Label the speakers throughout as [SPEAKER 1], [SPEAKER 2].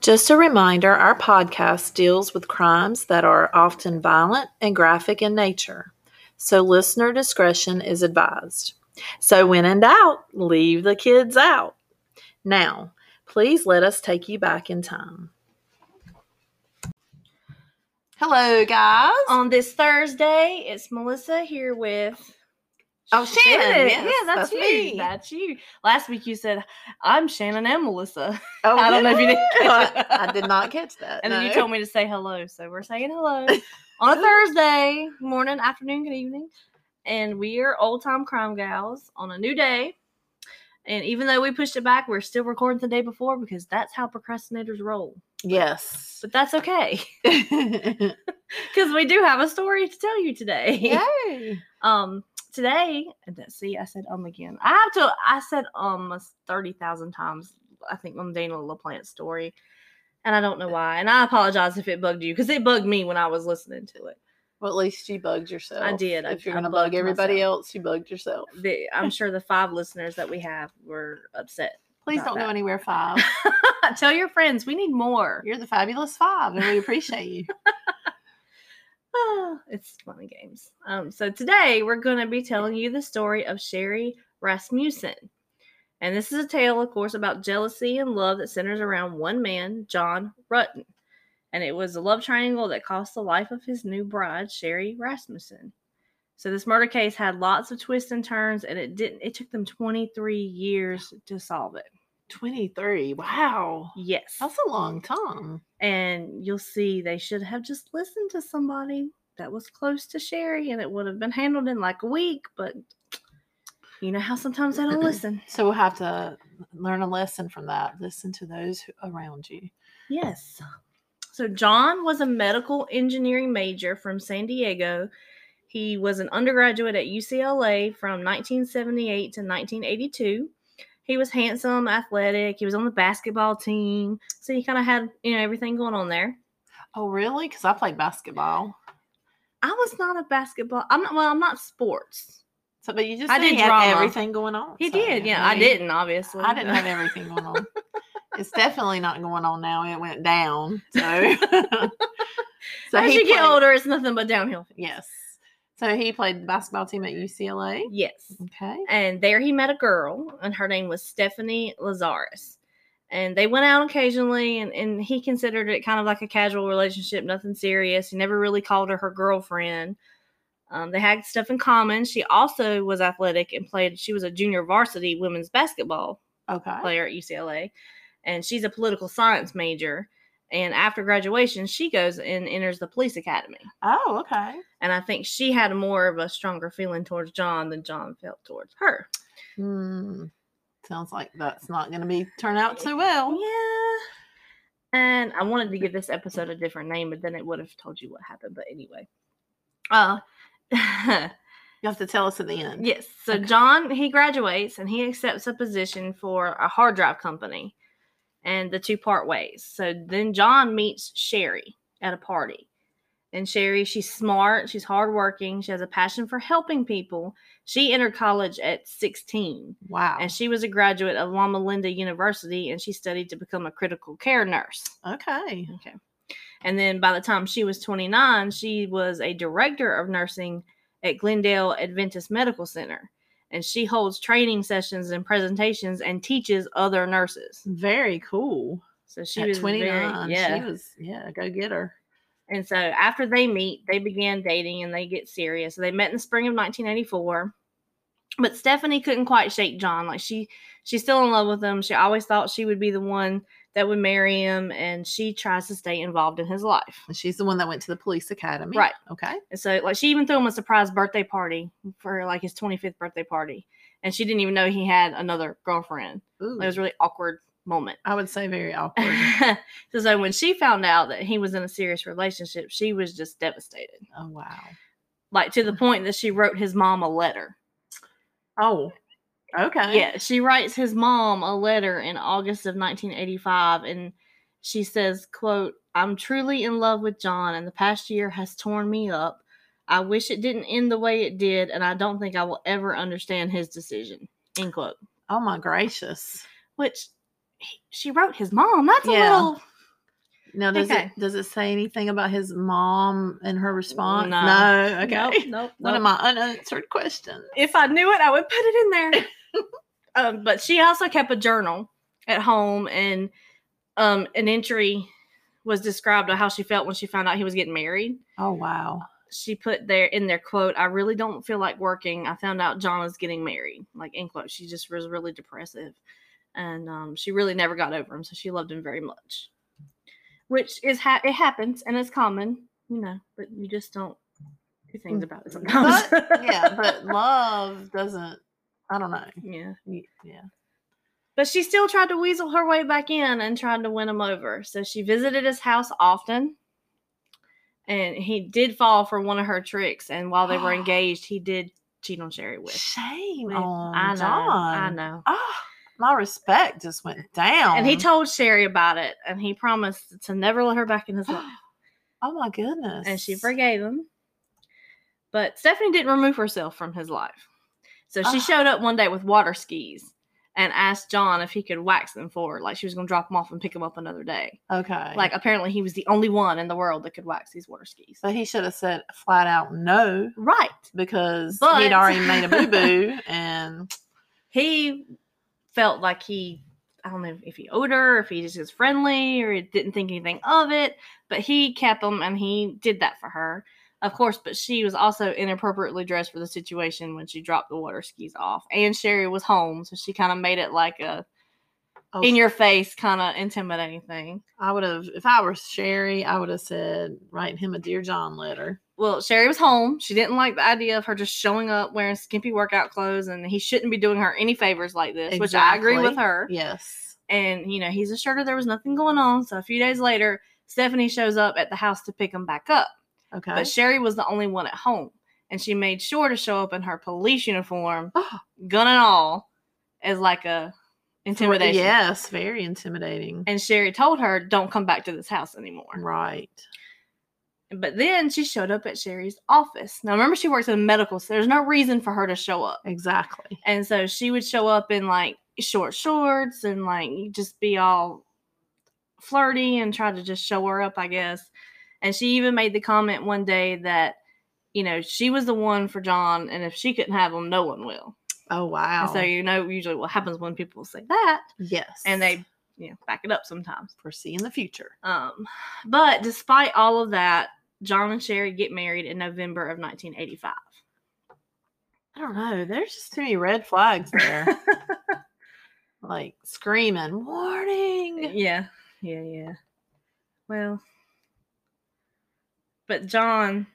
[SPEAKER 1] Just a reminder our podcast deals with crimes that are often violent and graphic in nature, so listener discretion is advised. So, when in doubt, leave the kids out. Now, please let us take you back in time. Hello, guys.
[SPEAKER 2] On this Thursday, it's Melissa here with.
[SPEAKER 1] Oh, Shannon. Yes,
[SPEAKER 2] yeah, that's,
[SPEAKER 1] that's
[SPEAKER 2] you.
[SPEAKER 1] me.
[SPEAKER 2] That's you. Last week you said, I'm Shannon and Melissa.
[SPEAKER 1] Oh,
[SPEAKER 2] I don't know if you did.
[SPEAKER 1] I, I did not catch that.
[SPEAKER 2] And then you
[SPEAKER 1] no.
[SPEAKER 2] told me to say hello. So we're saying hello on a Thursday morning, afternoon, good evening. And we are old time crime gals on a new day. And even though we pushed it back, we're still recording the day before because that's how procrastinators roll.
[SPEAKER 1] Yes.
[SPEAKER 2] But that's okay
[SPEAKER 1] Yay.
[SPEAKER 2] because we do have a story to tell you today. Um, today, see, I said um again. I have to. I said um thirty thousand times. I think on Daniel LaPlante's story, and I don't know why. And I apologize if it bugged you because it bugged me when I was listening to it.
[SPEAKER 1] Well, at least you bugged yourself.
[SPEAKER 2] I did. I-
[SPEAKER 1] If you're
[SPEAKER 2] I
[SPEAKER 1] going to bug
[SPEAKER 2] bugged
[SPEAKER 1] everybody
[SPEAKER 2] myself.
[SPEAKER 1] else, you bugged yourself.
[SPEAKER 2] The, I'm sure the five listeners that we have were upset.
[SPEAKER 1] Please
[SPEAKER 2] About
[SPEAKER 1] don't go
[SPEAKER 2] that.
[SPEAKER 1] anywhere five.
[SPEAKER 2] Tell your friends we need more.
[SPEAKER 1] You're the fabulous five, and we appreciate you.
[SPEAKER 2] Ah, it's funny games. Um, so today we're going to be telling you the story of Sherry Rasmussen. And this is a tale, of course, about jealousy and love that centers around one man, John Rutten. And it was a love triangle that cost the life of his new bride, Sherry Rasmussen. So this murder case had lots of twists and turns, and it didn't it took them 23 years to solve it.
[SPEAKER 1] 23. Wow.
[SPEAKER 2] Yes.
[SPEAKER 1] That's a long time.
[SPEAKER 2] and you'll see they should have just listened to somebody that was close to Sherry and it would have been handled in like a week, but you know how sometimes they don't listen.
[SPEAKER 1] So we'll have to learn a lesson from that. Listen to those who- around you.
[SPEAKER 2] Yes. So John was a medical engineering major from San Diego. He was an undergraduate at UCLA from 1978 to 1982. He was handsome, athletic. He was on the basketball team. So he kind of had, you know, everything going on there.
[SPEAKER 1] Oh, really? Because I played basketball.
[SPEAKER 2] I was not a basketball. I'm not, well, I'm not sports.
[SPEAKER 1] So, but you just
[SPEAKER 2] I
[SPEAKER 1] said
[SPEAKER 2] did
[SPEAKER 1] he had
[SPEAKER 2] drama.
[SPEAKER 1] everything going on.
[SPEAKER 2] He
[SPEAKER 1] so,
[SPEAKER 2] did, yeah. I
[SPEAKER 1] mean,
[SPEAKER 2] didn't, obviously.
[SPEAKER 1] I didn't have everything going on. it's definitely not going on now. It went down. So, so
[SPEAKER 2] As you get
[SPEAKER 1] played-
[SPEAKER 2] older, it's nothing but downhill.
[SPEAKER 1] Yes. So he played the basketball team at UCLA.
[SPEAKER 2] Yes.
[SPEAKER 1] Okay.
[SPEAKER 2] And there he met a girl, and her name was Stephanie Lazarus. And they went out occasionally, and, and he considered it kind of like a casual relationship, nothing serious. He never really called her her girlfriend. Um, they had stuff in common. She also was athletic and played, she was a junior varsity women's basketball
[SPEAKER 1] Okay.
[SPEAKER 2] player at UCLA, and she's a political science major. And after graduation, she goes and enters the police academy.
[SPEAKER 1] Oh, okay.
[SPEAKER 2] And I think she had more of a stronger feeling towards John than John felt towards her.
[SPEAKER 1] Hmm. Sounds like that's not going to be turn out too well.
[SPEAKER 2] Yeah. And I wanted to give this episode a different name, but then it would have told you what happened. But anyway. Uh
[SPEAKER 1] You have to tell us at the end.
[SPEAKER 2] yes. So
[SPEAKER 1] Okay.
[SPEAKER 2] John he graduates and he accepts a position for a hard drive company. And the two part ways. So then John meets Sherry at a party. And Sherry, she's smart, she's hardworking, she has a passion for helping people. She entered college at 16.
[SPEAKER 1] Wow.
[SPEAKER 2] and she was a graduate of Loma Linda University and she studied to become a critical care nurse.
[SPEAKER 1] okay.
[SPEAKER 2] Okay. And then by the time she was 29, she was a director of nursing at Glendale Adventist Medical Center. And she holds training sessions and presentations and teaches other nurses.
[SPEAKER 1] Very cool.
[SPEAKER 2] So she
[SPEAKER 1] at
[SPEAKER 2] was very-
[SPEAKER 1] 29.
[SPEAKER 2] yeah.
[SPEAKER 1] She was, yeah, go get her.
[SPEAKER 2] And so after they meet, they began dating and they get serious. So they met in the spring of 1984. But Stephanie couldn't quite shake John. Like she she's still in love with him. She always thought she would be the one that would marry him and she tries to stay involved in his life.
[SPEAKER 1] And she's the one that went to the police academy.
[SPEAKER 2] Right.
[SPEAKER 1] Okay.
[SPEAKER 2] And so like she even threw him a surprise birthday party for like his 25th birthday party and she didn't even know he had another girlfriend.
[SPEAKER 1] Ooh.
[SPEAKER 2] It was a really awkward moment.
[SPEAKER 1] I would say very awkward.
[SPEAKER 2] so, so when she found out that he was in a serious relationship, she was just devastated.
[SPEAKER 1] oh, wow.
[SPEAKER 2] like to the
[SPEAKER 1] Mm-hmm.
[SPEAKER 2] point that she wrote his mom a letter.
[SPEAKER 1] Oh, okay.
[SPEAKER 2] Yeah, she writes his mom a letter in August of 1985 and she says, quote, "I'm truly in love with John and the past year has torn me up. I wish it didn't end the way it did and I don't think I will ever understand his decision." End quote.
[SPEAKER 1] Oh, my gracious.
[SPEAKER 2] Which he, she wrote his mom. That's a
[SPEAKER 1] Yeah.
[SPEAKER 2] little
[SPEAKER 1] Now, does
[SPEAKER 2] Okay.
[SPEAKER 1] it does it say anything about his mom and her response?
[SPEAKER 2] No.
[SPEAKER 1] okay.
[SPEAKER 2] Nope, nope,
[SPEAKER 1] One of
[SPEAKER 2] nope.
[SPEAKER 1] my unanswered questions.
[SPEAKER 2] If I knew it, I would put it in there. um, but she also kept a journal at home, and um, an entry was described of how she felt when she found out he was getting married.
[SPEAKER 1] Oh wow.
[SPEAKER 2] she put there in their quote, I really don't feel like working. I found out John is getting married. Like end quote. She just was really depressive. And um, she really never got over him, so she loved him very much. Which is ha- it happens and it's common, you know, but you just don't do things about it sometimes.
[SPEAKER 1] Mm. But- yeah, but love doesn't. I don't know.
[SPEAKER 2] yeah.
[SPEAKER 1] Y- Yeah.
[SPEAKER 2] But she still tried to weasel her way back in and tried to win him over. So she visited his house often. And he did fall for one of her tricks. And while they were engaged, he did cheat on Sherry with.
[SPEAKER 1] Shame
[SPEAKER 2] with-
[SPEAKER 1] on
[SPEAKER 2] I know,
[SPEAKER 1] John.
[SPEAKER 2] I know.
[SPEAKER 1] Oh, my respect just went down.
[SPEAKER 2] And he told Sherry about it, and he promised to never let her back in his life.
[SPEAKER 1] Oh my goodness.
[SPEAKER 2] And she forgave him. But Stephanie didn't remove herself from his life. So she
[SPEAKER 1] Ah.
[SPEAKER 2] showed up one day with water skis and asked John if he could wax them for her. Like she was going to drop them off and pick them up another day.
[SPEAKER 1] Okay.
[SPEAKER 2] Like apparently he was the only one in the world that could wax these water skis.
[SPEAKER 1] so he should have said flat out no
[SPEAKER 2] Right.
[SPEAKER 1] because
[SPEAKER 2] But-
[SPEAKER 1] he'd already made a boo boo and
[SPEAKER 2] He felt like he, I don't know if he owed her, if he just was friendly, or he didn't think anything of it, but he kept them and he did that for her. Of course, but she was also inappropriately dressed for the situation when she dropped the water skis off. And Sherry was home, so she kind of made it like a
[SPEAKER 1] Oh,
[SPEAKER 2] in your face kind of intimidating thing.
[SPEAKER 1] I would have if I were Sherry, I would have said write him a dear John letter.
[SPEAKER 2] Well, Sherry was home. She didn't like the idea of her just showing up wearing skimpy workout clothes, and he shouldn't be doing her any favors like this, which I agree with
[SPEAKER 1] Exactly.
[SPEAKER 2] her.
[SPEAKER 1] Yes.
[SPEAKER 2] and you know he's assured her there was nothing going on so a few days later stephanie shows up at the house to pick him back up
[SPEAKER 1] Okay.
[SPEAKER 2] but sherry was the only one at home and she made sure to show up in her police uniform gun and all as like a intimidation
[SPEAKER 1] Yes, very intimidating.
[SPEAKER 2] and sherry told her don't come back to this house anymore
[SPEAKER 1] Right.
[SPEAKER 2] but then she showed up at sherry's office now remember she works in medical so there's no reason for her to show up
[SPEAKER 1] Exactly.
[SPEAKER 2] And so she would show up in like short shorts and like just be all flirty and try to just show her up, I guess. And she even made the comment one day that, you know, she was the one for John, and if she couldn't have him, no one will.
[SPEAKER 1] Oh wow.
[SPEAKER 2] And so you know, usually what happens when people say that,
[SPEAKER 1] yes.
[SPEAKER 2] and they you know back it up sometimes.
[SPEAKER 1] foresee in the future.
[SPEAKER 2] Um, but despite all of that, John and Sherry get married in November of 1985.
[SPEAKER 1] I don't know. There's just too many red flags there. like screaming, warning.
[SPEAKER 2] Yeah, yeah, yeah. Well, but John,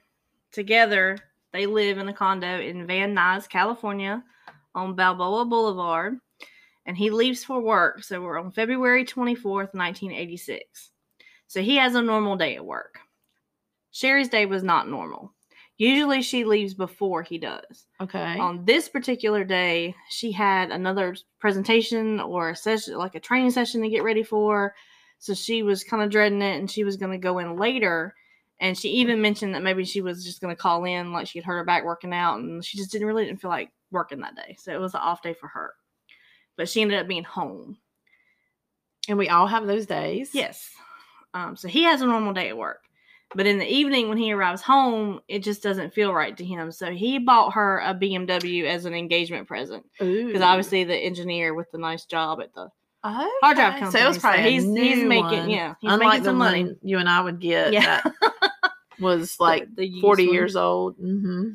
[SPEAKER 2] together, they live in a condo in Van Nuys, California, on Balboa Boulevard, and he leaves for work. So we're on February 24th, 1986. So he has a normal day at work. Sherry's day was not normal. Usually she leaves before he does
[SPEAKER 1] Okay.
[SPEAKER 2] on this particular day she had another presentation or a session like a training session to get ready for so she was kind of dreading it and she was going to go in later and she even mentioned that maybe she was just going to call in like she had hurt her back working out and she just didn't really didn't feel like working that day so it was an off day for her but she ended up being home
[SPEAKER 1] and we all have those days.
[SPEAKER 2] yes um, so he has a normal day at work but in the evening when he arrives home it just doesn't feel right to him so he bought her a bmw as an engagement present because
[SPEAKER 1] Because
[SPEAKER 2] obviously the engineer with the nice job at the
[SPEAKER 1] okay.
[SPEAKER 2] hard drive company.
[SPEAKER 1] So it was probably
[SPEAKER 2] he's
[SPEAKER 1] a
[SPEAKER 2] he's
[SPEAKER 1] new
[SPEAKER 2] making
[SPEAKER 1] one,
[SPEAKER 2] yeah he's
[SPEAKER 1] unlike
[SPEAKER 2] making some
[SPEAKER 1] the
[SPEAKER 2] money.
[SPEAKER 1] one you and I would get.
[SPEAKER 2] Yeah.
[SPEAKER 1] That was like
[SPEAKER 2] the used
[SPEAKER 1] forty
[SPEAKER 2] one.
[SPEAKER 1] years old. Mm-hmm.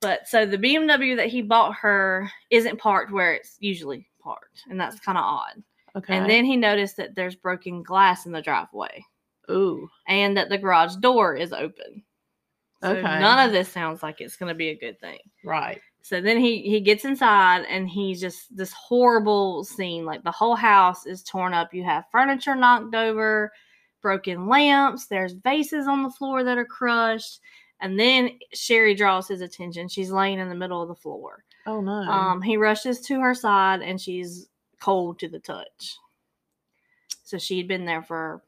[SPEAKER 2] But so the BMW that he bought her isn't parked where it's usually parked, and that's kind of odd.
[SPEAKER 1] Okay.
[SPEAKER 2] And then he noticed that there's broken glass in the driveway,
[SPEAKER 1] ooh,
[SPEAKER 2] and that the garage door is open. So
[SPEAKER 1] Okay.
[SPEAKER 2] none of this sounds like it's going to be a good thing.
[SPEAKER 1] right.
[SPEAKER 2] So then he he gets inside and he's just this horrible scene. Like the whole house is torn up. You have furniture knocked over, broken lamps. There's vases on the floor that are crushed. And then Sherry draws his attention. She's laying in the middle of the floor.
[SPEAKER 1] Oh no.
[SPEAKER 2] Um, he rushes to her side and she's cold to the touch. So she'd been there for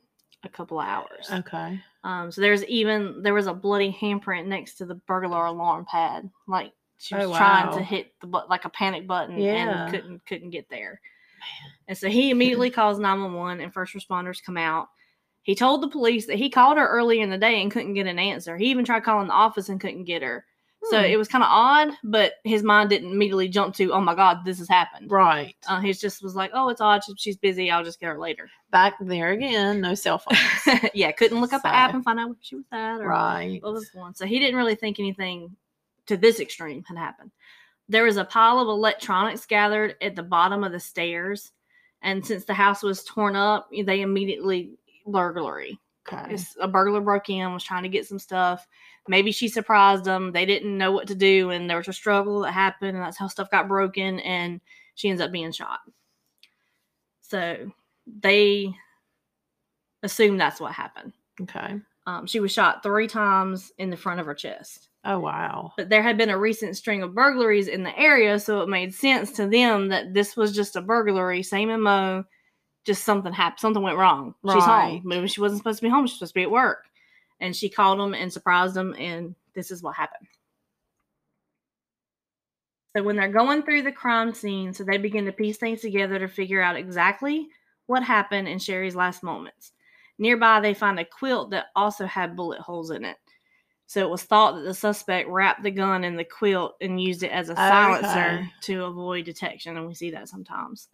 [SPEAKER 2] a couple of hours.
[SPEAKER 1] okay.
[SPEAKER 2] Um, so there's even there was a bloody handprint next to the burglar alarm pad. Like she was
[SPEAKER 1] Oh,
[SPEAKER 2] trying
[SPEAKER 1] wow.
[SPEAKER 2] to hit the but like a panic button
[SPEAKER 1] Yeah.
[SPEAKER 2] and couldn't couldn't get there. And so he immediately calls 911 and first responders come out. He told the police that he called her early in the day and couldn't get an answer. He even tried calling the office and couldn't get her. So
[SPEAKER 1] Hmm.
[SPEAKER 2] it was kind of odd, but his mind didn't immediately jump to, oh my God, this has happened.
[SPEAKER 1] Right.
[SPEAKER 2] Uh, he just was like, oh, it's odd. She- She's busy. I'll just get her later.
[SPEAKER 1] Back there again, no cell phones.
[SPEAKER 2] yeah, couldn't look up the
[SPEAKER 1] So-
[SPEAKER 2] app and find out where she was at or
[SPEAKER 1] right.
[SPEAKER 2] what was going on. So he didn't really think anything to this extreme had happened. There was a pile of electronics gathered at the bottom of the stairs. And since the house was torn up, they immediately burglary.
[SPEAKER 1] Okay.
[SPEAKER 2] It's- A burglar broke in, was trying to get some stuff. Maybe she surprised them. They didn't know what to do, and there was a struggle that happened, and that's how stuff got broken, and she ends up being shot. So they assume that's what happened.
[SPEAKER 1] Okay.
[SPEAKER 2] Um, she was shot three times in the front of her chest.
[SPEAKER 1] Oh wow.
[SPEAKER 2] But there had been a recent string of burglaries in the area, so it made sense to them that this was just a burglary, same MO, just something happened, something went wrong. She's home.
[SPEAKER 1] Right.
[SPEAKER 2] Maybe she wasn't supposed to be home, she's supposed to be at work. And she called them and surprised them, and this is what happened. So when they're going through the crime scene, so they begin to piece things together to figure out exactly what happened in Sherry's last moments. Nearby, they find a quilt that also had bullet holes in it. So it was thought that the suspect wrapped the gun in the quilt and used it as a silencer
[SPEAKER 1] Okay.
[SPEAKER 2] to avoid detection, and we see that sometimes.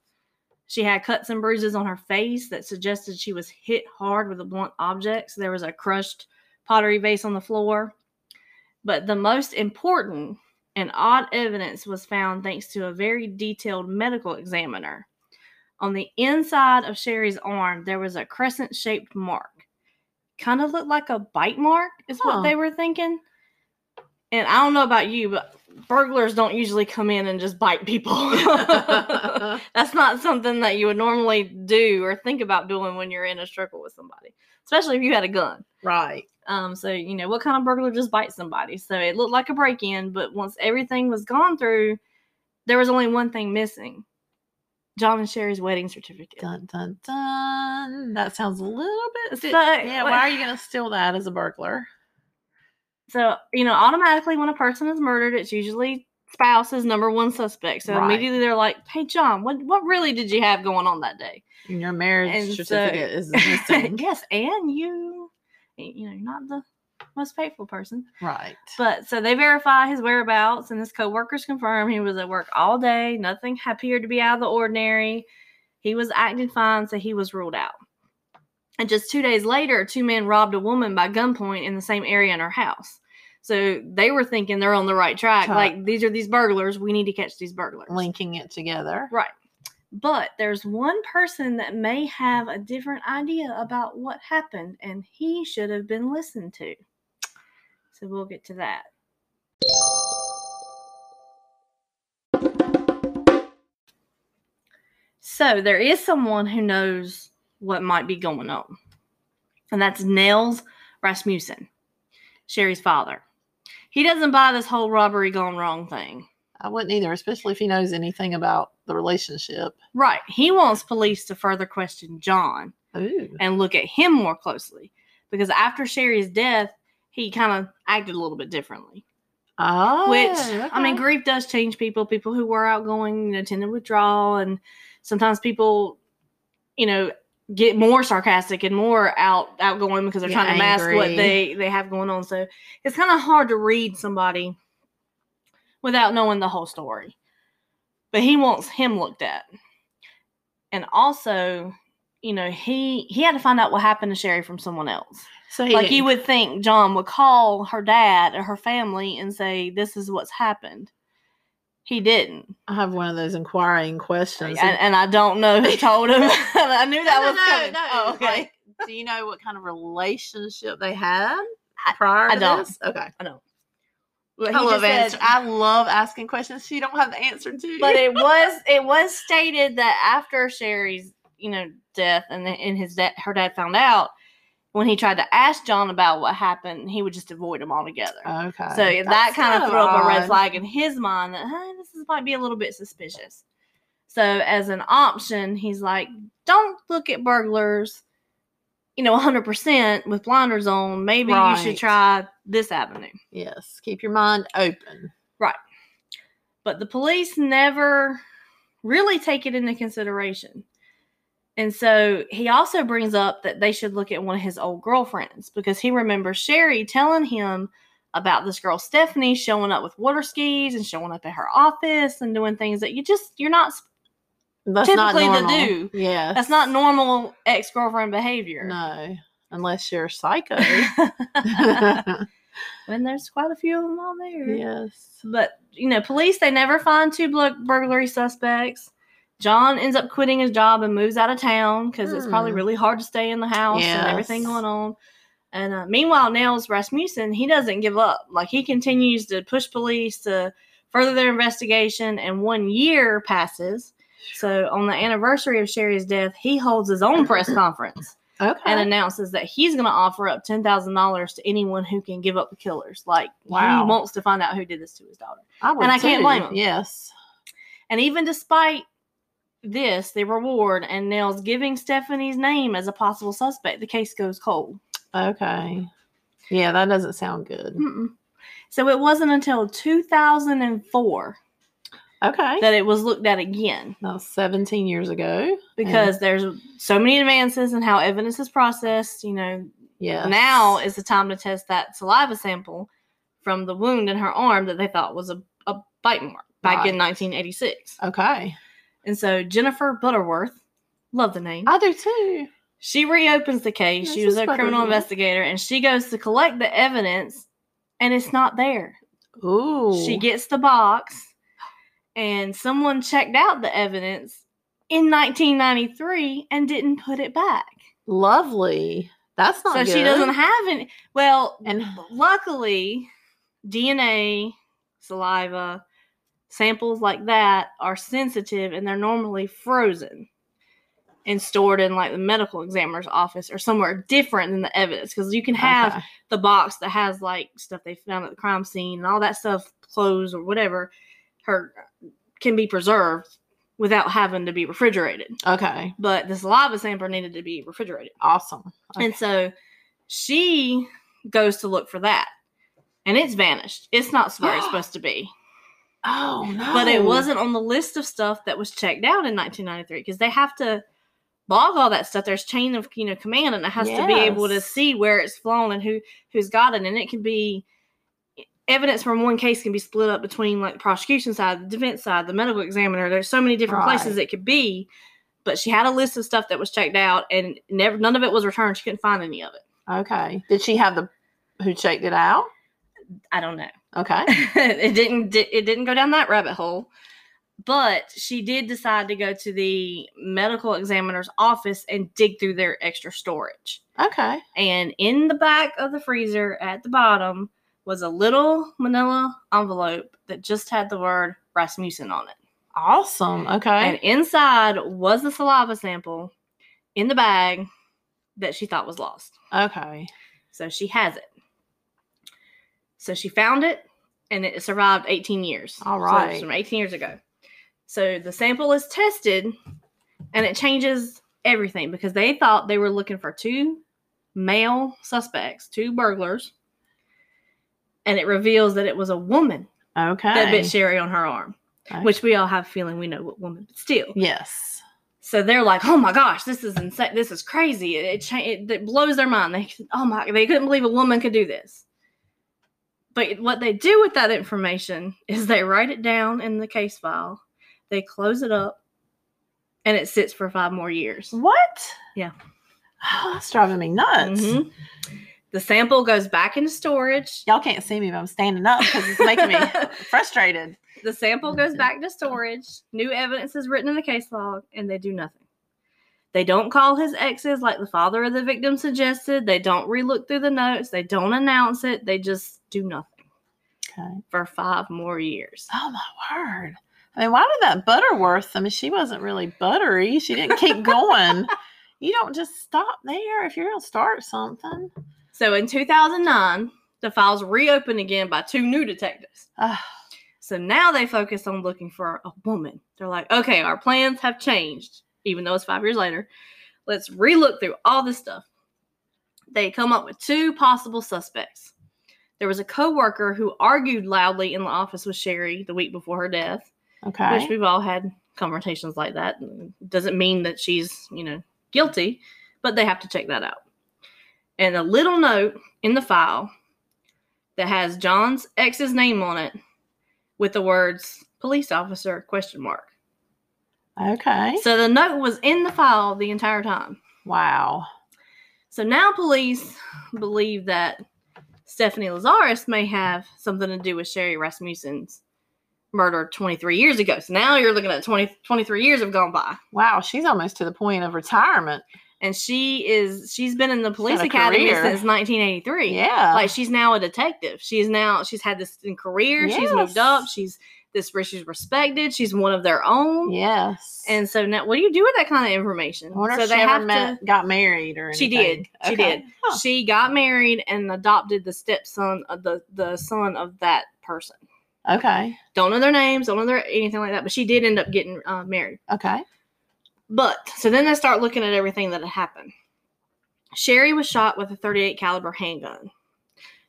[SPEAKER 2] She had cuts and bruises on her face that suggested she was hit hard with a blunt object. So there was a crushed pottery vase on the floor. But the most important and odd evidence was found thanks to a very detailed medical examiner. On the inside of Sherry's arm, there was a crescent shaped mark. Kind of looked like a bite mark, is
[SPEAKER 1] Huh.
[SPEAKER 2] what they were thinking. And I don't know about you, but burglars don't usually come in and just bite people. That's not something that you would normally do or think about doing when you're in a struggle with somebody, especially if you had a gun.
[SPEAKER 1] right.
[SPEAKER 2] Um, so you know what kind of burglar just bites somebody. So it looked like a break in, but once everything was gone through, there was only one thing missing: John and Sherry's wedding certificate.
[SPEAKER 1] Dun dun dun. That sounds a little bit.
[SPEAKER 2] So-
[SPEAKER 1] yeah. Why are you gonna steal that as a burglar?
[SPEAKER 2] So you know, automatically when a person is murdered, it's usually spouse is number one suspect. So
[SPEAKER 1] Right.
[SPEAKER 2] immediately they're like, "Hey, John, what what really did you have going on that day?"
[SPEAKER 1] And your marriage
[SPEAKER 2] And so-
[SPEAKER 1] certificate is missing.
[SPEAKER 2] yes, and you, you know, you're not the most faithful person.
[SPEAKER 1] Right.
[SPEAKER 2] But so they verify his whereabouts, and his coworkers confirm he was at work all day. Nothing appeared to be out of the ordinary. He was acting fine, so he was ruled out. And just two days later, two men robbed a woman by gunpoint in the same area in her house. So they were thinking they're on the right track.
[SPEAKER 1] Track.
[SPEAKER 2] Like these are these burglars. We need to catch these burglars.
[SPEAKER 1] Linking it together.
[SPEAKER 2] Right. But there's one person that may have a different idea about what happened, and he should have been listened to. So we'll get to that. So there is someone who knows what might be going on, and that's Nels Rasmussen, Sherry's father. He doesn't buy this whole robbery gone wrong thing.
[SPEAKER 1] I wouldn't either, especially if he knows anything about the relationship.
[SPEAKER 2] Right. He wants police to further question John
[SPEAKER 1] Ooh.
[SPEAKER 2] and look at him more closely because after Sherry's death, he kind of acted a little bit differently.
[SPEAKER 1] Oh.
[SPEAKER 2] Which, I mean,
[SPEAKER 1] okay.
[SPEAKER 2] grief does change people. People who were outgoing, you know, tend to withdraw. And sometimes people, you know, get more sarcastic and more out outgoing because they're
[SPEAKER 1] Get
[SPEAKER 2] trying to mask what
[SPEAKER 1] angry.
[SPEAKER 2] they, they have going on. So it's kind of hard to read somebody without knowing the whole story. But he wants him looked at. And also, you know, he he had to find out what happened to Sherry from someone else.
[SPEAKER 1] So he
[SPEAKER 2] Like you
[SPEAKER 1] didn't-
[SPEAKER 2] would think John would call her dad or her family and say, This is what's happened. He didn't.
[SPEAKER 1] I have one of those inquiring
[SPEAKER 2] And,
[SPEAKER 1] questions.
[SPEAKER 2] and I don't know who told him. I knew that was coming. Oh, okay.
[SPEAKER 1] Like, do you know what kind of relationship they had prior
[SPEAKER 2] I
[SPEAKER 1] to
[SPEAKER 2] don't.
[SPEAKER 1] this? Okay.
[SPEAKER 2] But he
[SPEAKER 1] I love
[SPEAKER 2] just said-
[SPEAKER 1] answer. I love asking questions you don't have the answer to.
[SPEAKER 2] but it was it was stated that after Sherry's you know death and then and his dad her dad found out when he tried to ask John about what happened he would just avoid him altogether.
[SPEAKER 1] okay.
[SPEAKER 2] so that
[SPEAKER 1] That's
[SPEAKER 2] kind
[SPEAKER 1] so
[SPEAKER 2] of threw up a red
[SPEAKER 1] odd.
[SPEAKER 2] flag in his mind that hey, this is, might be a little bit suspicious. So as an option, he's like, don't look at burglars, you know, 100% with blinders on. Maybe you should
[SPEAKER 1] Right.
[SPEAKER 2] try this avenue.
[SPEAKER 1] Yes. Keep your mind open.
[SPEAKER 2] but the police never really take it into consideration. And so he also brings up that they should look at one of his old girlfriends because he remembers Sherry telling him about this girl Stephanie showing up with water skis and showing up at her office and doing things that you just you're not
[SPEAKER 1] That's
[SPEAKER 2] Typically the
[SPEAKER 1] not normal.
[SPEAKER 2] do.
[SPEAKER 1] Yeah.
[SPEAKER 2] that's not normal ex-girlfriend behavior.
[SPEAKER 1] No, unless you're a psycho.
[SPEAKER 2] and there's quite a few of them on there.
[SPEAKER 1] yes.
[SPEAKER 2] But you know, police they never find two bl- burglary suspects. John ends up quitting his job and moves out of town because it's probably
[SPEAKER 1] Hmm.
[SPEAKER 2] really hard to stay in the house and everything
[SPEAKER 1] Yes.
[SPEAKER 2] going on. And uh, meanwhile, Nels Rasmussen he doesn't give up. Like he continues to push police to further their investigation. And one year passes. So on the anniversary of Sherry's death, he holds his own press conference
[SPEAKER 1] Okay.
[SPEAKER 2] and announces that he's going to offer up ten thousand dollars to anyone who can give up the killers. Like
[SPEAKER 1] Wow.
[SPEAKER 2] he wants to find out who did this to his daughter.
[SPEAKER 1] would
[SPEAKER 2] and I can't
[SPEAKER 1] too.
[SPEAKER 2] blame 'em.
[SPEAKER 1] Yes.
[SPEAKER 2] And even despite this, the reward and Nels giving Stephanie's name as a possible suspect, the case goes cold.
[SPEAKER 1] Okay. Yeah, that doesn't sound good.
[SPEAKER 2] Mm-mm. So it wasn't until 2004
[SPEAKER 1] Okay.
[SPEAKER 2] that it was looked at again
[SPEAKER 1] That was 17 years ago.
[SPEAKER 2] because there's so many advances in how evidence is processed. You know,
[SPEAKER 1] Yeah.
[SPEAKER 2] now is the time to test that saliva sample from the wound in her arm that they thought was a, a bite mark back in 1986.
[SPEAKER 1] Okay.
[SPEAKER 2] And so Jennifer Butterworth, love the name.
[SPEAKER 1] I do too.
[SPEAKER 2] She reopens the case. she
[SPEAKER 1] This
[SPEAKER 2] was
[SPEAKER 1] is
[SPEAKER 2] a
[SPEAKER 1] what I
[SPEAKER 2] criminal
[SPEAKER 1] did.
[SPEAKER 2] investigator and she goes to collect the evidence and it's not there.
[SPEAKER 1] Ooh.
[SPEAKER 2] She gets the box and someone checked out the evidence in 1993 and didn't put it back.
[SPEAKER 1] lovely. That's not
[SPEAKER 2] So
[SPEAKER 1] good.
[SPEAKER 2] she doesn't have any. Well,
[SPEAKER 1] And
[SPEAKER 2] luckily, DNA, saliva, samples like that are sensitive and they're normally frozen and stored in like the medical examiner's office or somewhere different than the evidence because you can have
[SPEAKER 1] Okay.
[SPEAKER 2] the box that has like stuff they found at the crime scene and all that stuff, clothes or whatever, her can be preserved without having to be refrigerated.
[SPEAKER 1] Okay.
[SPEAKER 2] But the saliva sample needed to be refrigerated.
[SPEAKER 1] Awesome. Okay.
[SPEAKER 2] And so she goes to look for that. And it's vanished. It's not where it's supposed to be.
[SPEAKER 1] oh no.
[SPEAKER 2] But it wasn't on the list of stuff that was checked out in 1993 because they have to log all that stuff. There's chain of you know command, and it has to be able to
[SPEAKER 1] Yes.
[SPEAKER 2] see where it's flown and who who's got it. And it can be evidence from one case can be split up between like the prosecution side, the defense side, the medical examiner. There's so many different places
[SPEAKER 1] Right.
[SPEAKER 2] it could be. But she had a list of stuff that was checked out, and never none of it was returned. She couldn't find any of it.
[SPEAKER 1] Okay. Did she have the who checked it out?
[SPEAKER 2] I don't know.
[SPEAKER 1] Okay.
[SPEAKER 2] it didn't di- it didn't go down that rabbit hole but she did decide to go to the medical examiner's office and dig through their extra storage
[SPEAKER 1] Okay.
[SPEAKER 2] and in the back of the freezer at the bottom was a little manila envelope that just had the word rasmussen on it
[SPEAKER 1] Awesome.
[SPEAKER 2] and
[SPEAKER 1] Okay.
[SPEAKER 2] inside was the saliva sample in the bag that she thought was lost
[SPEAKER 1] okay.
[SPEAKER 2] so she has it so she found it and it survived 18 years
[SPEAKER 1] All
[SPEAKER 2] So
[SPEAKER 1] right.
[SPEAKER 2] it's from 18 years ago so the sample is tested and it changes everything because they thought they were looking for two male suspects two burglars and it reveals that it was a woman
[SPEAKER 1] Okay.
[SPEAKER 2] that bit sherry on her arm
[SPEAKER 1] Okay.
[SPEAKER 2] which we all have a feeling we know what woman but still
[SPEAKER 1] yes.
[SPEAKER 2] so they're like, "Oh my gosh, this is insane! This is crazy! It, it, cha- it, it blows their mind. They, oh my, they couldn't believe a woman could do this." But what they do with that information is they write it down in the case file, they close it up, and it sits for five more years.
[SPEAKER 1] What?
[SPEAKER 2] Yeah.
[SPEAKER 1] Oh, that's driving me nuts.
[SPEAKER 2] Mhm. The sample goes back into storage.
[SPEAKER 1] Y'all can't see me, but I'm standing up because it's making me frustrated.
[SPEAKER 2] The sample goes back to storage. New evidence is written in the case log, and they do nothing. They don't call his exes like the father of the victim suggested. They don't relook through the notes. They don't announce it. They just do nothing
[SPEAKER 1] Okay.
[SPEAKER 2] for five more years.
[SPEAKER 1] Oh my word. I mean, why did that Butterworth? I mean, she wasn't really buttery. She didn't keep going. you don't just stop there if you're gonna start something.
[SPEAKER 2] So in 2009, the files reopened again by two new detectives.
[SPEAKER 1] Ugh.
[SPEAKER 2] So now they focus on looking for a woman. They're like, okay, our plans have changed, even though it's five years later. Let's relook through all this stuff. They come up with two possible suspects. There was a coworker who argued loudly in the office with Sherry the week before her death,
[SPEAKER 1] okay.
[SPEAKER 2] which we've all had confrontations like that. Doesn't mean that she's, you know, guilty, but they have to check that out. And a little note in the file that has John's ex's name on it with the words police officer question mark.
[SPEAKER 1] Okay.
[SPEAKER 2] So the note was in the file the entire time.
[SPEAKER 1] Wow.
[SPEAKER 2] So now police believe that Stephanie Lazarus may have something to do with Sherry Rasmussen's murder 23 years ago. So now you're looking at 20, 23 years have gone by.
[SPEAKER 1] Wow. She's almost to the point of retirement.
[SPEAKER 2] And she is she's been in the police
[SPEAKER 1] got a
[SPEAKER 2] academy
[SPEAKER 1] career.
[SPEAKER 2] since 1983.
[SPEAKER 1] Yeah.
[SPEAKER 2] Like she's now a detective. She's now she's had this in career. She's
[SPEAKER 1] Yes.
[SPEAKER 2] moved up. She's this she's respected. She's one of their own.
[SPEAKER 1] yes.
[SPEAKER 2] And so now what do you do with that kind of information?
[SPEAKER 1] I wonder
[SPEAKER 2] so
[SPEAKER 1] if she ever met, got married or
[SPEAKER 2] She
[SPEAKER 1] anything.
[SPEAKER 2] did. She did.
[SPEAKER 1] Huh.
[SPEAKER 2] she got married and adopted the stepson of the the son of that person.
[SPEAKER 1] Okay.
[SPEAKER 2] Don't know their names, don't know their anything like that, but she did end up getting uh, married.
[SPEAKER 1] Okay.
[SPEAKER 2] But so then they start looking at everything that had happened. Sherry was shot with a 38 caliber handgun.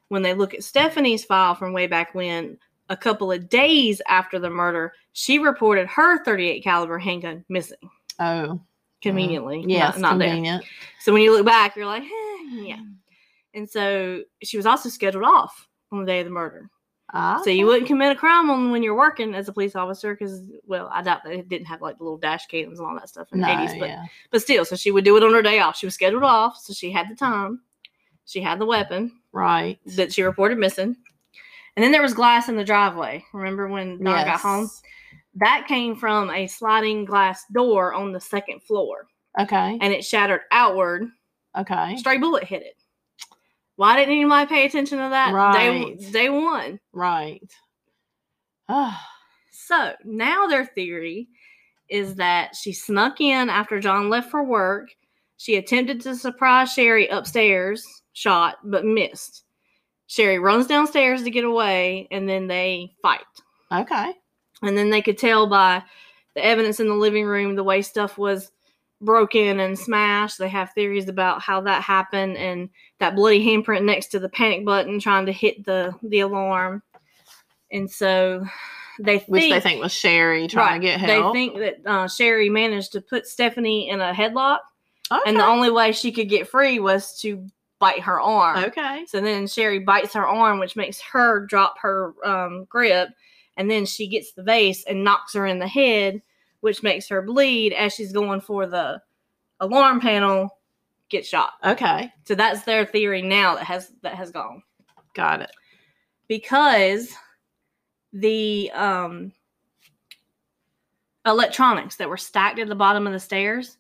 [SPEAKER 2] When they look at Stephanie's file from way back when, a couple of days after the murder, she reported her 38 caliber handgun missing.
[SPEAKER 1] Oh,
[SPEAKER 2] Conveniently, not-
[SPEAKER 1] Mm. yes.
[SPEAKER 2] not, there.
[SPEAKER 1] convenient.
[SPEAKER 2] So when you look back, you're like, eh, yeah. And so she was also scheduled off on the day of the murder.
[SPEAKER 1] Ah,
[SPEAKER 2] So you wouldn't commit a crime on when you're working as a police officer because, well, I doubt they didn't have like the little dash cams and all that stuff in
[SPEAKER 1] No,
[SPEAKER 2] the 80s. But,
[SPEAKER 1] yeah.
[SPEAKER 2] but still, so she would do it on her day off. She was scheduled off, so she had the time. She had the weapon
[SPEAKER 1] Right.
[SPEAKER 2] that she reported missing. And then there was glass in the driveway. Remember when Don got home?
[SPEAKER 1] Yes.
[SPEAKER 2] That came from a sliding glass door on the second floor
[SPEAKER 1] Okay.
[SPEAKER 2] and it shattered outward
[SPEAKER 1] Okay.
[SPEAKER 2] stray bullet hit it. Why didn't anybody pay attention to that?
[SPEAKER 1] Right.
[SPEAKER 2] Day, day one.
[SPEAKER 1] Right. Ah.
[SPEAKER 2] So now their theory is that she snuck in after John left for work. She attempted to surprise Sherry upstairs, shot, but missed. Sherry runs downstairs to get away, and then they fight.
[SPEAKER 1] okay.
[SPEAKER 2] And then they could tell by the evidence in the living room, the way stuff was broken and smashed. They have theories about how that happened and that bloody handprint next to the panic button trying to hit the the alarm. And so they think,
[SPEAKER 1] Which they think was Sherry trying to get help.
[SPEAKER 2] They think that uh, Sherry managed to put Stephanie in a headlock,
[SPEAKER 1] okay.
[SPEAKER 2] and the only way she could get free was to bite her arm.
[SPEAKER 1] okay.
[SPEAKER 2] So then Sherry bites her arm, which makes her drop her um, grip, and then she gets the vase and knocks her in the head, which makes her bleed as she's going for the alarm panel, get shot.
[SPEAKER 1] Okay.
[SPEAKER 2] So that's their theory now that has that has gone
[SPEAKER 1] Got it.
[SPEAKER 2] because the um, electronics that were stacked at the bottom of the stairs.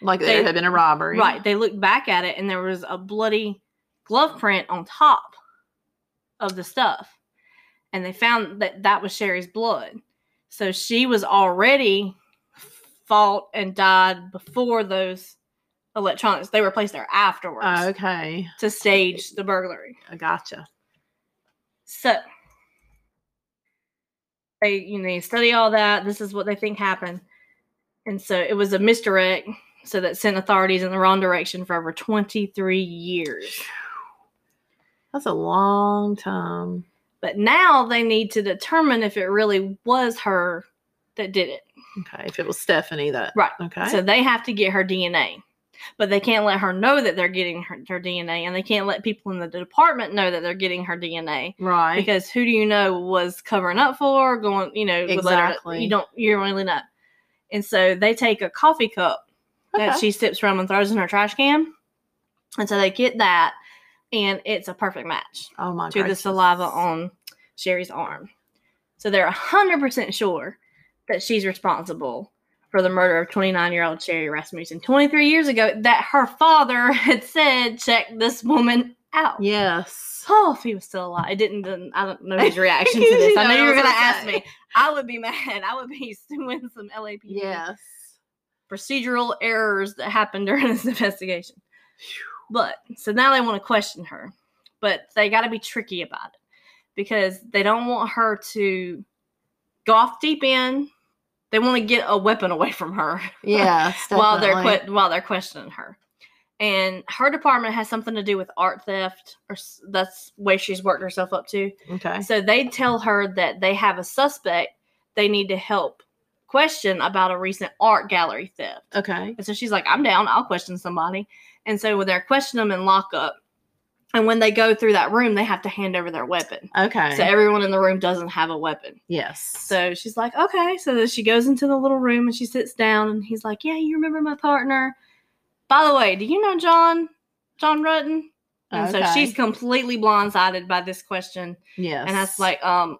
[SPEAKER 1] Like there
[SPEAKER 2] They-
[SPEAKER 1] had been a robbery.
[SPEAKER 2] Right, they looked back at it and there was a bloody glove print on top of the stuff. And they found that that was Sherry's blood. So she was already fought and died before those electronics. They were placed there afterwards
[SPEAKER 1] Oh, okay.
[SPEAKER 2] to stage the burglary.
[SPEAKER 1] I gotcha.
[SPEAKER 2] So they you know they study all that. This is what they think happened. And so it was a misdirect, so that sent authorities in the wrong direction for over 23 years.
[SPEAKER 1] That's a long time.
[SPEAKER 2] But now they need to determine if it really was her that did it.
[SPEAKER 1] Okay. If it was Stephanie that.
[SPEAKER 2] Right.
[SPEAKER 1] Okay.
[SPEAKER 2] So they have to get her DNA. But they can't let her know that they're getting her, her DNA, and they can't let people in the department know that they're getting her DNA.
[SPEAKER 1] right.
[SPEAKER 2] because who do you know was covering up for going you know would let her-
[SPEAKER 1] Exactly.
[SPEAKER 2] you don't you don't really know and so they take a coffee cup that
[SPEAKER 1] Okay.
[SPEAKER 2] she sips from and throws in her trash can and so they get that and it's a perfect match
[SPEAKER 1] oh my god.
[SPEAKER 2] to the saliva on sherry's arm so they're 100% sure that she's responsible for the murder of 29 year old sherry rasmussen 23 years ago that her father had said check this woman out
[SPEAKER 1] Yes.
[SPEAKER 2] Oh, if he was still alive, it didn't. didn't- I don't know his reaction to this.
[SPEAKER 1] You
[SPEAKER 2] I
[SPEAKER 1] know
[SPEAKER 2] know you were
[SPEAKER 1] what
[SPEAKER 2] gonna
[SPEAKER 1] I'm
[SPEAKER 2] ask
[SPEAKER 1] saying.
[SPEAKER 2] me. I would be mad. I would be suing some LAPD
[SPEAKER 1] Yes.
[SPEAKER 2] procedural errors that happened during this investigation. But so now they want to question her, but they got to be tricky about it because they don't want her to go off deep end. They want to get a weapon away from her
[SPEAKER 1] Yes.
[SPEAKER 2] while they're
[SPEAKER 1] definitely.
[SPEAKER 2] que- while they're questioning her. And her department has something to do with art theft, or s- that's way she's worked herself up to.
[SPEAKER 1] Okay.
[SPEAKER 2] So they tell her that they have a suspect they need to help question about a recent art gallery theft.
[SPEAKER 1] Okay.
[SPEAKER 2] And so she's like, I'm down. I'll question somebody. And so when they're questioning them in lockup, and when they go through that room, they have to hand over their weapon.
[SPEAKER 1] Okay.
[SPEAKER 2] So everyone in the room doesn't have a weapon.
[SPEAKER 1] yes.
[SPEAKER 2] So she's like, okay. So then she goes into the little room and she sits down and he's like, yeah, you remember my partner? By the way, do you know John? John Rutten? And so
[SPEAKER 1] Okay.
[SPEAKER 2] she's completely blindsided by this question.
[SPEAKER 1] yes.
[SPEAKER 2] And that's like, um,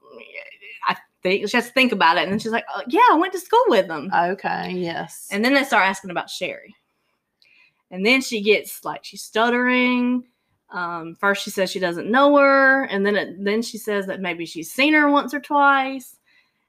[SPEAKER 2] I think she has to think about it. And then she's like, uh, yeah, I went to school with him.
[SPEAKER 1] Okay. Yes.
[SPEAKER 2] And then they start asking about Sherry. And then she gets like she's stuttering. Um, first she says she doesn't know her, and then it, then she says that maybe she's seen her once or twice.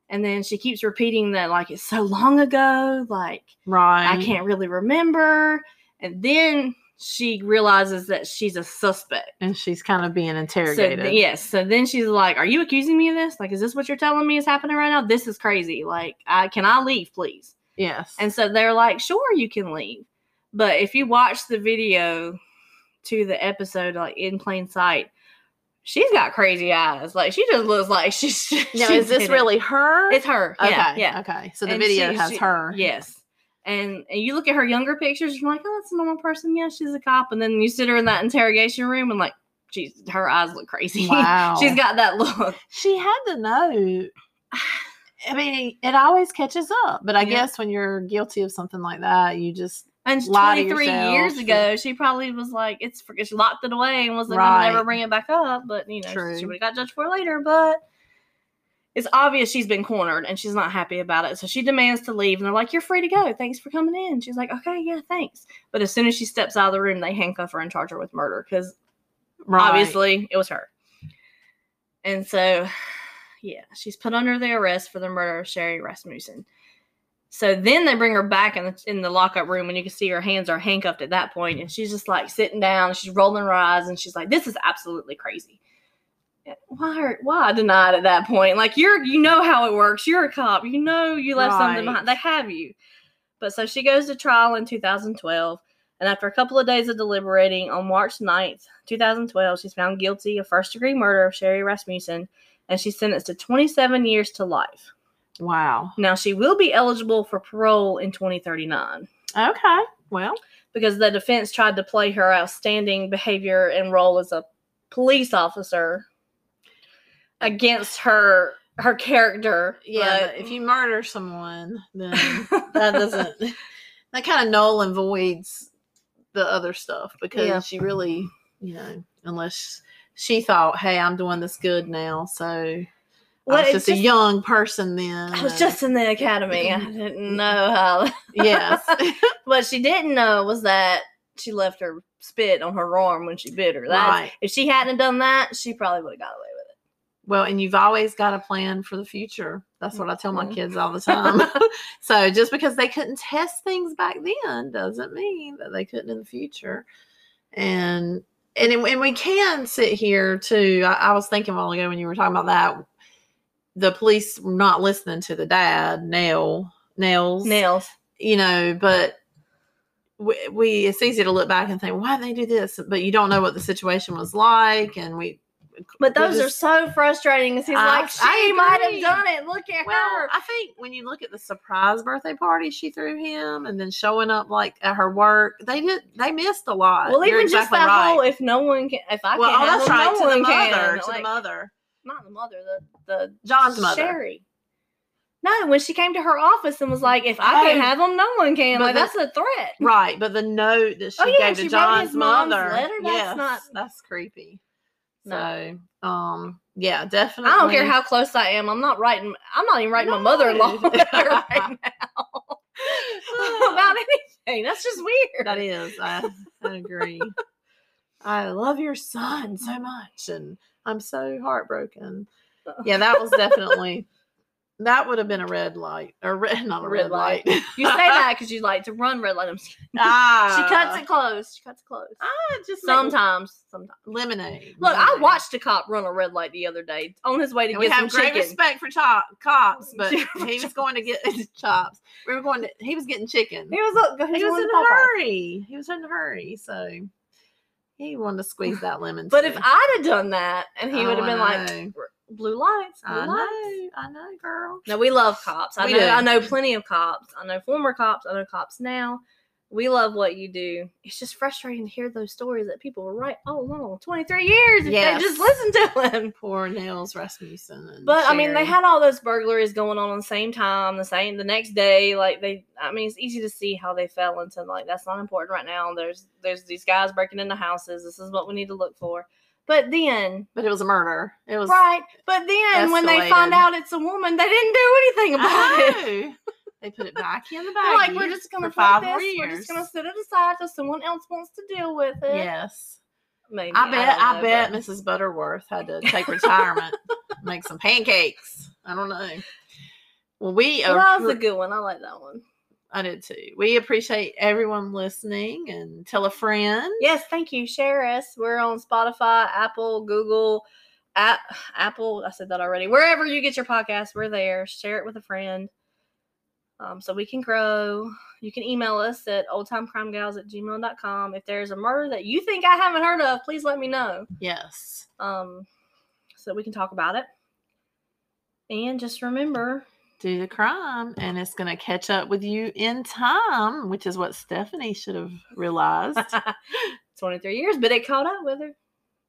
[SPEAKER 2] And then she keeps repeating that like it's so long ago, like
[SPEAKER 1] right.
[SPEAKER 2] I can't really remember. And then she realizes that she's a suspect.
[SPEAKER 1] And she's kind of being
[SPEAKER 2] So th-
[SPEAKER 1] interrogated.
[SPEAKER 2] yes, so then she's like, "Are you accusing me of this? Like, is this what you're telling me is happening right now? This is crazy. Like, I can I leave, please?"
[SPEAKER 1] Yes.
[SPEAKER 2] And so they're like, sure, you can leave. But if you watch the video to the episode, like in plain sight, she's got crazy eyes. Like she just looks like she's.
[SPEAKER 1] now,
[SPEAKER 2] she
[SPEAKER 1] is this
[SPEAKER 2] did it.
[SPEAKER 1] really her?
[SPEAKER 2] It's her.
[SPEAKER 1] Okay.
[SPEAKER 2] Yeah. Yeah.
[SPEAKER 1] Okay. So the
[SPEAKER 2] And
[SPEAKER 1] video
[SPEAKER 2] she-
[SPEAKER 1] has
[SPEAKER 2] she-
[SPEAKER 1] her.
[SPEAKER 2] Yes. And, and you look at her younger pictures, you're like, oh, that's a normal person. Yeah, she's a cop. And then you sit her in that interrogation room and, like, she's, her eyes look crazy.
[SPEAKER 1] Wow.
[SPEAKER 2] she's got that look.
[SPEAKER 1] She had to know. I mean, it always catches up, but I
[SPEAKER 2] Yeah.
[SPEAKER 1] guess when you're guilty of something like that, you just
[SPEAKER 2] And
[SPEAKER 1] Lie to
[SPEAKER 2] 23
[SPEAKER 1] yourself.
[SPEAKER 2] years ago, she probably was like, it's for, she locked it away and was like,
[SPEAKER 1] Right.
[SPEAKER 2] I'm never bring it back up. But, you know, she
[SPEAKER 1] True.
[SPEAKER 2] would have got judged for it later. But it's obvious she's been cornered and she's not happy about it. So she demands to leave. And they're like, you're free to go. Thanks for coming in. She's like, okay, yeah, thanks. But as soon as she steps out of the room, they handcuff her and charge her with murder because
[SPEAKER 1] right.
[SPEAKER 2] obviously it was her. And so, yeah, she's put under the arrest for the murder of Sherry Rasmussen. So then they bring her back in the in the lockup room, and you can see her hands are handcuffed at that point, and she's just like sitting down, she's rolling her eyes, and she's like, "This is absolutely crazy." Why? are- Why deny it at that point? Like you're, you know how it works. You're a cop. You know you left something
[SPEAKER 1] Right.
[SPEAKER 2] behind. They have you. But so she goes to trial in 2012, and after a couple of days of deliberating, on March 9th, 2012, she's found guilty of first degree murder of Sherry Rasmussen, and she's sentenced to 27 years to life.
[SPEAKER 1] Wow.
[SPEAKER 2] Now she will be eligible for parole in 2039
[SPEAKER 1] Okay. Well,
[SPEAKER 2] because the defense tried to play her outstanding behavior and role as a police officer against her her character.
[SPEAKER 1] yeah. but if you
[SPEAKER 2] mm.
[SPEAKER 1] murder someone, then that doesn't. that kind of null and voids the other stuff because
[SPEAKER 2] Yeah.
[SPEAKER 1] she really, you know, unless she thought, "Hey, I'm doing this good now," so
[SPEAKER 2] Well,
[SPEAKER 1] I was
[SPEAKER 2] it's
[SPEAKER 1] just,
[SPEAKER 2] just-
[SPEAKER 1] a young person then.
[SPEAKER 2] I was
[SPEAKER 1] and-
[SPEAKER 2] just in the academy. I didn't know how.
[SPEAKER 1] yes.
[SPEAKER 2] What she didn't know was that she left her spit on her arm when she bit her. That's,
[SPEAKER 1] right.
[SPEAKER 2] If she hadn't have done that, she probably would have got away with it.
[SPEAKER 1] Well, and you've always got a plan for the future. That's what I tell my
[SPEAKER 2] Mhm.
[SPEAKER 1] kids all the time. so just because they couldn't test things back then doesn't mean that they couldn't in the future. And and it- and we can sit here too. I, I was thinking a while ago when you were talking about that, the police were not listening to the dad, Nail, Nails,
[SPEAKER 2] Nails.
[SPEAKER 1] you know, but we, we it's easy to look back and think, why did they do this? But you don't know what the situation was like, and we
[SPEAKER 2] But
[SPEAKER 1] We'll
[SPEAKER 2] those are
[SPEAKER 1] just-
[SPEAKER 2] so frustrating. 'cause He's
[SPEAKER 1] I-
[SPEAKER 2] like, she
[SPEAKER 1] I
[SPEAKER 2] might have
[SPEAKER 1] agree.
[SPEAKER 2] done it. Look at
[SPEAKER 1] Well,
[SPEAKER 2] her.
[SPEAKER 1] I think when you look at the surprise birthday party she threw him, and then showing up like at her work, they did they missed a lot.
[SPEAKER 2] Well,
[SPEAKER 1] uh, You're
[SPEAKER 2] even just
[SPEAKER 1] exactly
[SPEAKER 2] that
[SPEAKER 1] right.
[SPEAKER 2] whole if no one can, if I
[SPEAKER 1] well,
[SPEAKER 2] can't
[SPEAKER 1] oh,
[SPEAKER 2] have
[SPEAKER 1] that's
[SPEAKER 2] them,
[SPEAKER 1] right
[SPEAKER 2] no
[SPEAKER 1] to the
[SPEAKER 2] one
[SPEAKER 1] mother,
[SPEAKER 2] can.
[SPEAKER 1] to the
[SPEAKER 2] Like,
[SPEAKER 1] mother,
[SPEAKER 2] Not the mother, the the
[SPEAKER 1] John's mother.
[SPEAKER 2] Sherry. No, when she came to her office and was like, "If I can
[SPEAKER 1] Oh.
[SPEAKER 2] have them, no one can."
[SPEAKER 1] But
[SPEAKER 2] Like
[SPEAKER 1] that-
[SPEAKER 2] that's a threat.
[SPEAKER 1] Right, but the note that she
[SPEAKER 2] Oh, yeah,
[SPEAKER 1] gave
[SPEAKER 2] she
[SPEAKER 1] to
[SPEAKER 2] wrote
[SPEAKER 1] John's
[SPEAKER 2] his mom's
[SPEAKER 1] mother,
[SPEAKER 2] letter. That's
[SPEAKER 1] yes,
[SPEAKER 2] not-
[SPEAKER 1] that's creepy.
[SPEAKER 2] No.
[SPEAKER 1] So, um, yeah, definitely.
[SPEAKER 2] I don't care how close I am. I'm not writing. I'm not even writing my mother-in-law
[SPEAKER 1] No.
[SPEAKER 2] letter right now about anything. That's just weird.
[SPEAKER 1] that is. I, I agree. I love your son so much, and I'm so heartbroken. Yeah, that was definitely that would have been a red light or red, not a red,
[SPEAKER 2] Red light.
[SPEAKER 1] light.
[SPEAKER 2] You say that because you like to run red light. I'm just kidding.
[SPEAKER 1] ah,
[SPEAKER 2] she cuts it close. She cuts it close.
[SPEAKER 1] Ah, just sometimes
[SPEAKER 2] Sometimes, sometimes.
[SPEAKER 1] lemonade.
[SPEAKER 2] Look, I
[SPEAKER 1] lemonade.
[SPEAKER 2] watched a cop run a red light the other day on his way to
[SPEAKER 1] And
[SPEAKER 2] get
[SPEAKER 1] we
[SPEAKER 2] some
[SPEAKER 1] have great
[SPEAKER 2] chicken.
[SPEAKER 1] respect for chop, cops, but
[SPEAKER 2] Yeah, for
[SPEAKER 1] he was going to get chops. We were going to. He was getting chicken.
[SPEAKER 2] He was, a,
[SPEAKER 1] He was in a hurry. He was in a hurry, so he wanted to squeeze that lemon.
[SPEAKER 2] But if
[SPEAKER 1] too.
[SPEAKER 2] I'd have done that, and he
[SPEAKER 1] Oh,
[SPEAKER 2] would have
[SPEAKER 1] I
[SPEAKER 2] been like,
[SPEAKER 1] know.
[SPEAKER 2] blue lights. Blue
[SPEAKER 1] I
[SPEAKER 2] lights.
[SPEAKER 1] know, I know, girl.
[SPEAKER 2] No, we love cops. I
[SPEAKER 1] We
[SPEAKER 2] know
[SPEAKER 1] do.
[SPEAKER 2] I know plenty of cops. I know former cops, I know cops now. We love what you do. It's just frustrating to hear those stories that people were right all along. 23 years if
[SPEAKER 1] Yes.
[SPEAKER 2] they just listened to them.
[SPEAKER 1] Poor Nels Rasmussen. and
[SPEAKER 2] But I mean, they
[SPEAKER 1] Sherry.
[SPEAKER 2] had all those burglaries going on at the same time, the same the next day. Like they, I mean, it's easy to see how they fell into like that's not important right now. There's there's these guys breaking into houses. This is what we need to look for. But then,
[SPEAKER 1] But it was a murder. It was
[SPEAKER 2] right? But then when they
[SPEAKER 1] escalated.
[SPEAKER 2] find out it's a woman, they didn't do anything about
[SPEAKER 1] I
[SPEAKER 2] it.
[SPEAKER 1] know. They put it back in the
[SPEAKER 2] They're
[SPEAKER 1] bag.
[SPEAKER 2] like, we're just gonna
[SPEAKER 1] for
[SPEAKER 2] five
[SPEAKER 1] five more
[SPEAKER 2] this. We're just gonna
[SPEAKER 1] years."
[SPEAKER 2] set it aside till someone else wants to deal with it.
[SPEAKER 1] Yes.
[SPEAKER 2] Maybe.
[SPEAKER 1] I bet.
[SPEAKER 2] don't
[SPEAKER 1] I,
[SPEAKER 2] know,
[SPEAKER 1] bet
[SPEAKER 2] but-
[SPEAKER 1] Mrs. Butterworth had to take retirement, make some pancakes. I don't know. Well, we
[SPEAKER 2] Well, that was a
[SPEAKER 1] appre-
[SPEAKER 2] good one. I like that one.
[SPEAKER 1] I did too. We appreciate everyone listening and tell a friend.
[SPEAKER 2] Yes, thank you. Share us. We're on Spotify, Apple, Google, app, Apple. I said that already. Wherever you get your podcast, we're there. Share it with a friend. Um, so we can grow. You can email us at oldtimecrimegals at gmail.com. If there's a murder that you think I haven't heard of, please let me know.
[SPEAKER 1] Yes.
[SPEAKER 2] Um, so we can talk about it. And just remember
[SPEAKER 1] Do the crime, and it's going to catch up with you in time, which is what Stephanie should have realized.
[SPEAKER 2] 23 years, but it caught up with her.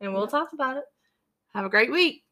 [SPEAKER 2] And we'll talk about it.
[SPEAKER 1] have a great week.